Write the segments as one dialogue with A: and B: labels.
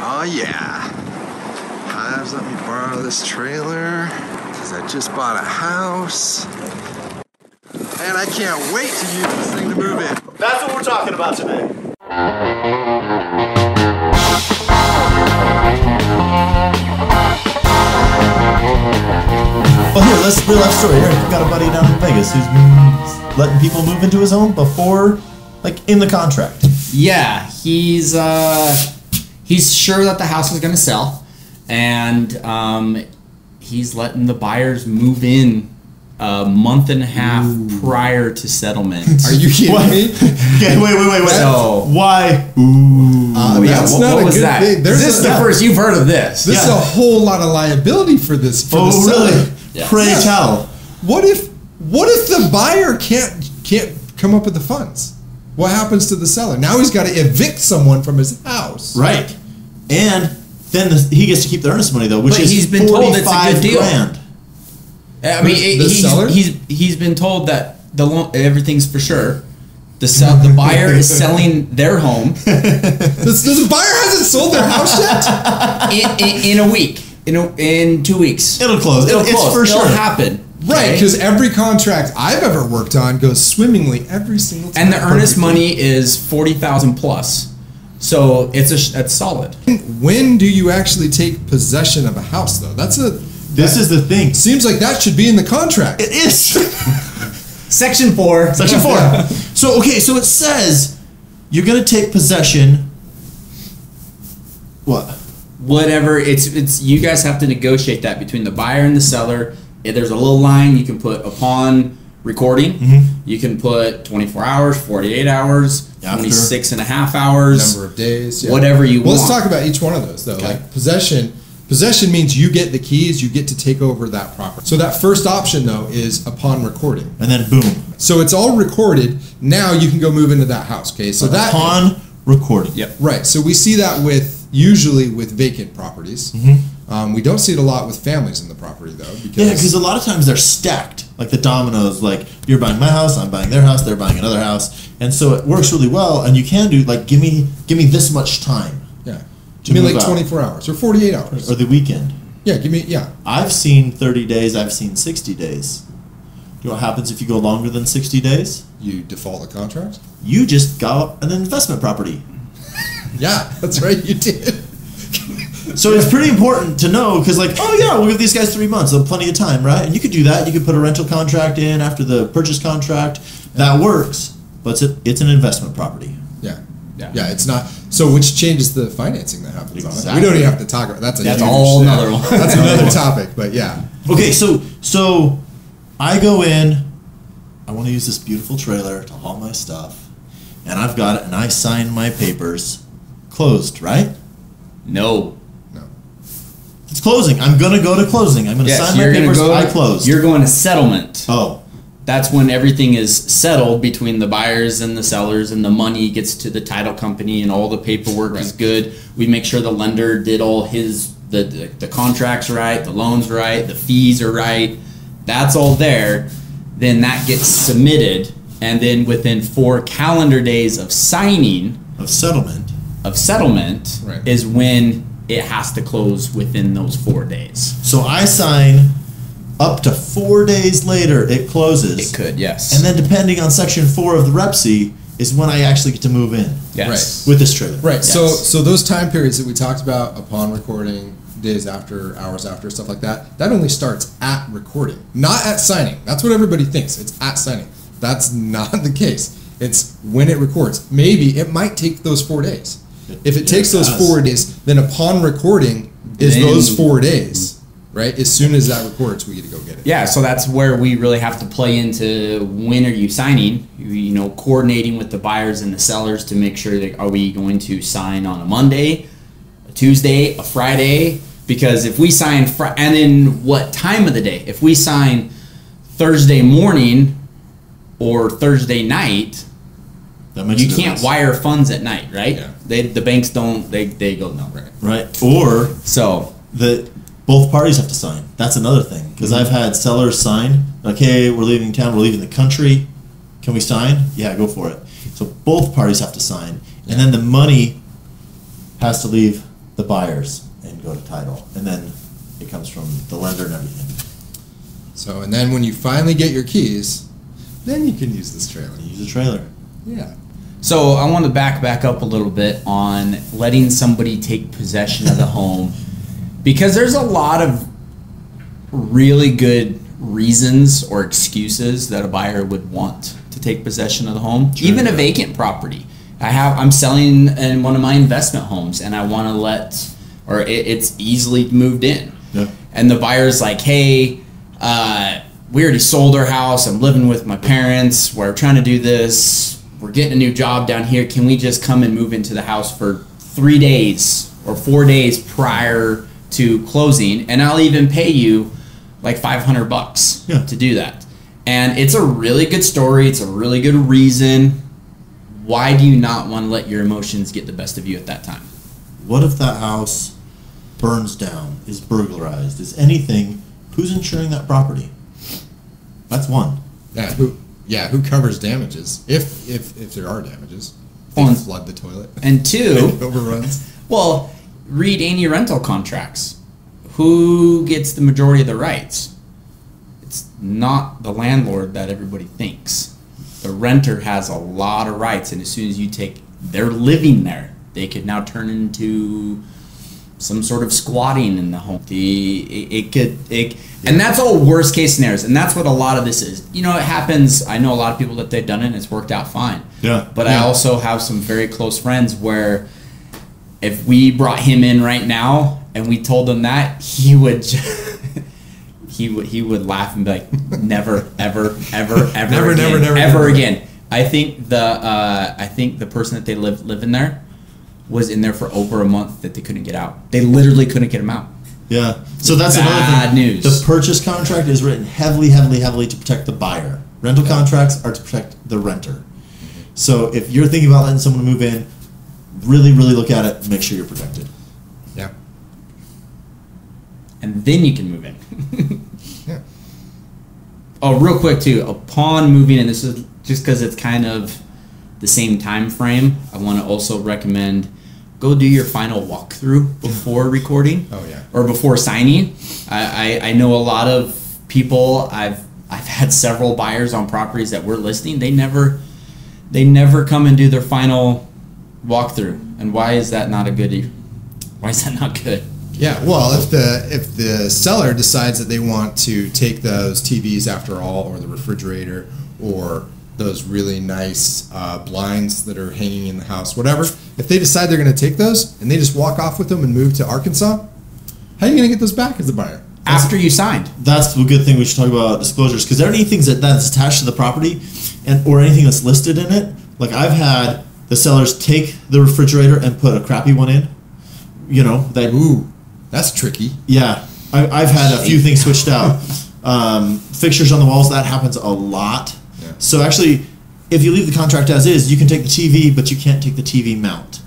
A: Oh yeah. Hives, let me borrow this trailer. Cause I just bought a house. And I can't wait to use this thing to move in.
B: That's what we're talking about today.
C: Well, here, let's real life story. Eric, I've got a buddy down in Vegas who's mm, letting people move into his home before, like, in the contract.
D: Yeah, he's uh, he's sure that the house is gonna sell, and um, he's letting the buyers move in a month and a half prior to settlement.
E: Are you kidding
C: What?
E: me?
C: Okay, wait, wait, wait, wait.
D: So-
C: Why? Ooh.
E: Uh,
D: yeah,
E: that's
D: what,
E: not
D: what
E: a
D: was
E: good
D: that?
E: thing. There's
D: this is the
E: a- yeah.
D: first you've heard of this.
E: This is
C: Yeah.
E: a whole lot of liability for this. For
C: oh,
E: the seller.
C: really?
D: Yeah.
C: Pray
E: Yeah.
C: tell.
E: What if what if the buyer can't can't come up with the funds? What happens to the seller? Now he's got to evict someone from his house.
C: Right. And then the, he gets to keep the earnest money, though, which
D: But
C: is
D: he's been told it's a good
C: 45
D: deal.
C: grand.
D: I mean,
E: The- the
D: he's,
E: seller?
D: he's he's been told that the lo- everything's for sure. The sell, the buyer is selling their home
E: This, this buyer hasn't sold their house yet.
D: in, in, in a week, in a, in two weeks.
C: It'll close. It'll- it's for
D: It'll
C: sure.
D: happen.
E: Right,
D: okay?
E: because every contract I've ever worked on goes swimmingly every single time.
D: and the earnest
E: Perfectly.
D: money is forty thousand plus. So it's a sh- that's solid.
E: When do you actually take possession of a house, though? That's a
C: This is the thing.
E: seems like that should be in the contract.
C: It is.
D: Section four.
C: Section 4. So, okay, so it says you're going to take possession. What?
D: Whatever. It's it's you guys have to negotiate that between the buyer and the seller. If there's a little line you can put upon recording. You can put 24 hours, 48 hours,
C: Mm-hmm. After.
D: 26 and a half hours.
E: number of days, yeah.
D: whatever you
E: well,
D: want.
E: Let's talk about each one of those though. Like possession, possession means you get the keys, you get to take over that property. So that first option though is upon recording.
C: And then boom.
E: So it's all recorded. Now you can go move into that house. Okay, so that
C: upon recording.
D: Yep.
E: right. So we see that with usually with vacant properties. Um, we don't see it a lot with families in the property though,
C: Yeah,
E: because
C: because a lot of times they're stacked, like the dominoes. Like you're buying my house, I'm buying their house, they're buying another house, and so it works really well. And you can do like give me give me this much time
E: yeah,
C: To
E: I mean
C: move
E: like
C: out.
E: 24 hours or 48 hours.
C: or the weekend.
E: Yeah, give me yeah.
C: I've seen 30 days. I've seen 60 days. You know what happens if you go longer than 60 days?
E: You default the contract.
C: You just got an investment property.
E: Yeah, that's right. You did.
C: So it's pretty important to know because, like, oh yeah, we'll give these guys three months, so plenty of time, right? And you could do that. You could put a rental contract in after the purchase contract. That works, but it's, a, it's an investment property.
E: Yeah.
D: Yeah.
E: Yeah, it's not. So, which changes the financing that happens on it?
C: Exactly.
E: We don't even have to talk about that's a
D: That's
E: huge-
D: all
E: yeah.
D: another one.
E: That's another topic, but yeah,
C: Okay, so so I go in. I want to use this beautiful trailer to haul my stuff, and I've got it, and I sign my papers. Closed, right?
D: No.
E: no,
C: It's closing. I'm gonna go to closing. I'm gonna
D: Yes,
C: sign my
D: you're gonna
C: papers.
D: go.
C: I closed.
D: You're going to settlement.
C: oh,
D: that's when everything is settled between the buyers and the sellers and the money gets to the title company and all the paperwork is good we make sure the lender did all his the, the, the contracts right the loans right the fees are right that's all there then that gets submitted and then within four calendar days of signing
C: of settlement.
D: of settlement
E: Right.
D: is when it has to close within those four days
C: So I sign. Up to four days later, it closes.
D: it could yes
C: And then, depending on section four of the REPSI, is when I actually get to move in
D: yes
C: with this trailer.
E: right. So,
D: Yes.
E: so those time periods that we talked about upon recording, days after, hours after, stuff like that, that only starts at recording, not at signing. That's what everybody thinks. It's at signing. That's not the case. It's when it records. Maybe it might take those four days. If it
C: It
E: takes those
C: does.
E: four days, then upon recording is
D: Then-
E: those four days, right? As soon as that records, we get to go get it.
D: Yeah, so that's where we really have to play into when are you signing? You, you know, coordinating with the buyers and the sellers to make sure that are we going to sign on a Monday, a Tuesday, a Friday? Because if we sign fr- and then what time of the day? If we sign Thursday morning or Thursday night,
C: That makes
D: you
C: a
D: can't
C: difference.
D: wire funds at night, right?
E: Yeah.
D: They the banks don't they they go no.
E: Right.
C: Right. Or
D: So
C: that both parties have to sign. That's another thing because
D: Mm-hmm.
C: I've had sellers sign like, "Hey, we're leaving town. We're leaving the country. Can we sign? Yeah, go for it." So both parties have to sign, and then the money has to leave the buyers and go to title, and then it comes from the lender and everything.
E: So, and then when you finally get your keys, then you can use this trailer.
C: You use a trailer.
E: Yeah.
D: So I want to back back up a little bit on letting somebody take possession of the home because there's a lot of really good reasons or excuses that a buyer would want to take possession of the home, even a vacant property. I have I'm selling in one of my investment homes and I want to let or it, it's easily moved in.
C: Yeah.
D: And the buyer's like, "Hey, uh, we already sold our house. I'm living with my parents. We're trying to do this. We're getting a new job down here. Can we just come and move into the house for three days or four days prior to closing? And I'll even pay you like 500 bucks
C: Yeah.
D: to do that. And it's a really good story. It's a really good reason. Why do you not want to let your emotions get the best of you at that time?
C: What if that house burns down, is burglarized, is anything? Who's insuring that property? That's one.
E: Yeah. Who? Yeah. Who covers damages if if if there are damages? They
D: On-
E: flood the toilet.
D: And two,
E: overruns.
D: Well, read any rental contracts. Who gets the majority of the rights? It's not the landlord that everybody thinks. The renter has a lot of rights, and as soon as you take, they're living there. They could now turn into some sort of squatting in the home. The it, it could it, and that's all worst case scenarios, and that's what a lot of this is. You know, it happens. I know a lot of people that they've done it, and it's worked out fine.
C: Yeah.
D: But I
E: Yeah.
D: also have some very close friends where if we brought him in right now and we told him that, he would just, he would he would laugh and be like, never, ever, ever, ever,
E: Never,
D: again,
E: never, never,
D: ever
E: never.
D: again. I think the uh, I think the person that they live living there was in there for over a month that they couldn't get out. They literally couldn't get him out.
C: Yeah. So that's
D: Bad
C: another thing.
D: news.
C: The purchase contract is written heavily, heavily, heavily to protect the buyer. Rental contracts are to protect the renter.
D: Mm-hmm.
C: So if you're thinking about letting someone move in, really, really look at it. Make sure you're protected.
E: Yeah.
D: and then you can move in.
E: Yeah.
D: oh, real quick too. Upon moving in, this is just because it's kind of the same time frame. I want to also recommend go do your final walkthrough before recording.
E: Oh, yeah.
D: Or before signing. I, I I know a lot of people. I've I've had several buyers on properties that we're listing. They never they never come and do their final walkthrough. And why is that not a good? Why is that not good?
E: Yeah, well, if the if the seller decides that they want to take those TVs after all, or the refrigerator, or those really nice uh, blinds that are hanging in the house, whatever, if they decide they're going to take those and they just walk off with them and move to Arkansas, how are you going to get those back as the buyer?
D: After you signed.
C: That's a good thing we should talk about disclosures because there are any things that that's attached to the property, and or anything that's listed in it. Like I've had the sellers take the refrigerator and put a crappy one in. You know that
E: Ooh, that's tricky.
C: Yeah, I, I've had a few things switched out. Um, fixtures on the walls that happens a lot.
E: Yeah.
C: So actually, if you leave the contract as is, you can take the TV, but you can't take the TV mount.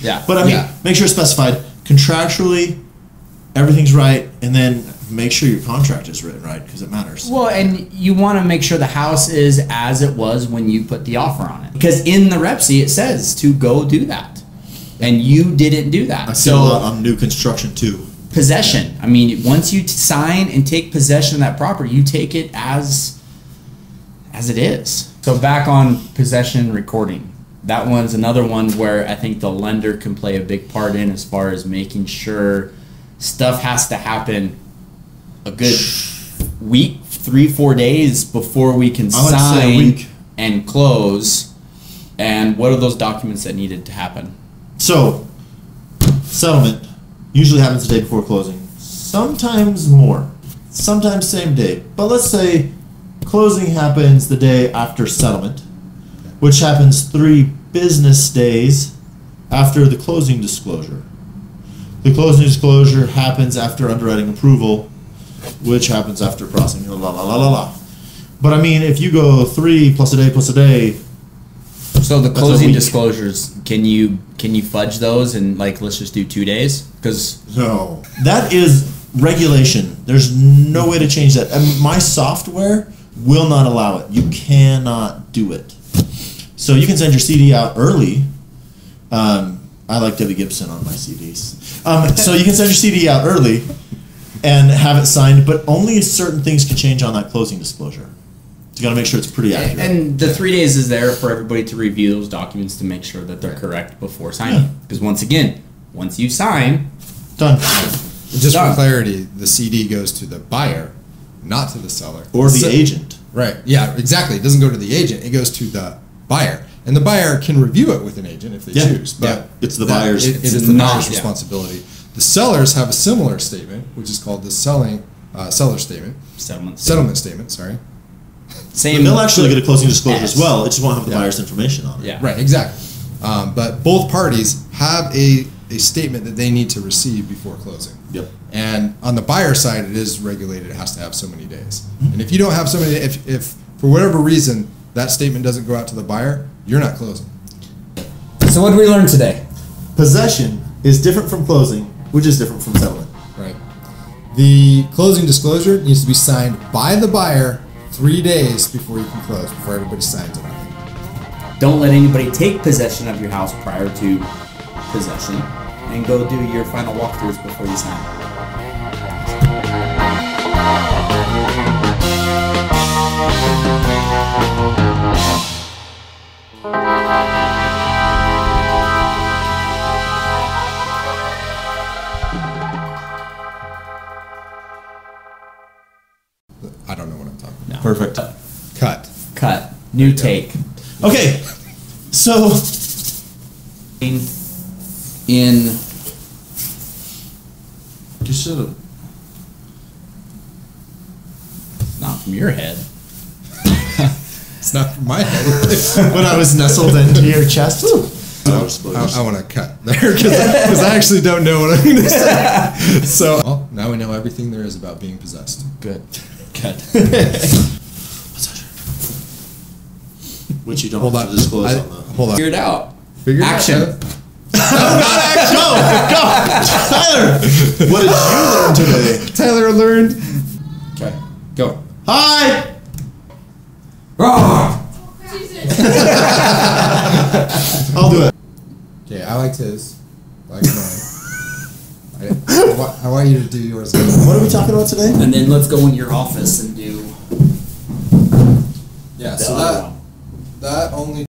D: Yeah.
C: But I mean,
E: Yeah.
C: make sure it's specified contractually. Everything's right, and then make sure your contract is written right because it matters.
D: Well, and you want to make sure the house is as it was when you put the offer on it. Because in the Repsy, it says to go do that. And you didn't do that.
C: I see a lot
D: so,
C: on new construction too.
D: possession. I mean, once you t- sign and take possession of that property, you take it as as it is. So, back on possession recording. That one's another one where I think the lender can play a big part in as far as making sure stuff has to happen a good week, three, four days before we can
C: I would say a
D: sign
C: week.
D: and close. And what are those documents that needed to happen?
C: So, settlement usually happens the day before closing. Sometimes more. Sometimes same day. But let's say closing happens the day after settlement, which happens three business days after the closing disclosure. The closing disclosure happens after underwriting approval, which happens after processing. La la la la la la. But I mean, if you go three plus a day plus a day,
D: So the
C: That's a
D: closing
C: week.
D: disclosures, can you can you fudge those and like let's just do two days? Because
E: No.
C: That is regulation. There's no way to change that. And my software will not allow it. You cannot do it. So you can send your CD out early, um, I like Debbie Gibson on my CDs. Um, so you can send your CD out early and have it signed, but only certain things can change on that closing disclosure. You got to make sure it's pretty accurate.
D: And, and the three days is there for everybody to review those documents to make sure that they're correct before
C: Yeah.
D: signing. Because once again, once you sign,
C: Done.
E: Just
D: Done.
E: for clarity, the CD goes to the buyer, not to the seller.
C: Or the
E: So-
C: agent.
E: Right. Yeah, exactly. It doesn't go to the agent. It goes to the buyer. And the buyer can review it with an agent if they
C: Yeah.
E: choose. But
C: Yeah. It's the
E: that-
C: buyer's-
E: It,
D: It's
E: it is the
D: not-
E: buyer's
D: yeah.
E: responsibility. The sellers have a similar statement, which is called the selling uh, seller statement,
D: settlement.
E: settlement statement. Sorry.
D: Same.
C: And they'll actually get a closing disclosure as
D: Yes.
C: well. It just won't have the
E: Yeah.
C: buyer's information on it.
D: Yeah.
E: Right. Exactly. Um, but both parties have a, a statement that they need to receive before closing.
C: Yep.
E: And on the buyer side, it is regulated. It has to have so many days.
C: Mm-hmm.
E: And if you don't have so many, if, if for whatever reason that statement doesn't go out to the buyer, you're not closing.
B: So what did we learn today?
C: Possession is different from closing, which is different from settlement.
E: Right. The closing disclosure needs to be signed by the buyer three days before you can close, before everybody signs it.
D: Don't let anybody take possession of your house prior to possession, and go do your final walkthroughs before you sign.
E: I don't know what I'm talking
D: No.
C: Perfect.
E: about. Cut.
D: Uh, Cut. New take.
C: Okay. So
D: In
C: you should have
D: not from your head.
E: It's not from my head.
C: when I was nestled into your chest.
E: I, I want to cut there because I actually don't know what I'm going to say. So well, now we know everything there is about being possessed.
D: Good. Cut.
C: Which you don't
E: Hold
C: have
E: on.
C: to disclose
E: I-
C: on the
E: hold on.
D: Figure it out.
E: Figure it out.
D: Action.
C: Tyler! What did you learn today?
E: Tyler learned.
D: Okay. Go.
C: Hi! I'll do it.
E: Okay, I liked his. I Like mine. I, I, want, I want you to do yours. What
C: What are we talking about today?
B: And then let's go in your office and do.
E: Yeah,
D: The
E: so
D: other
E: Uh, that that only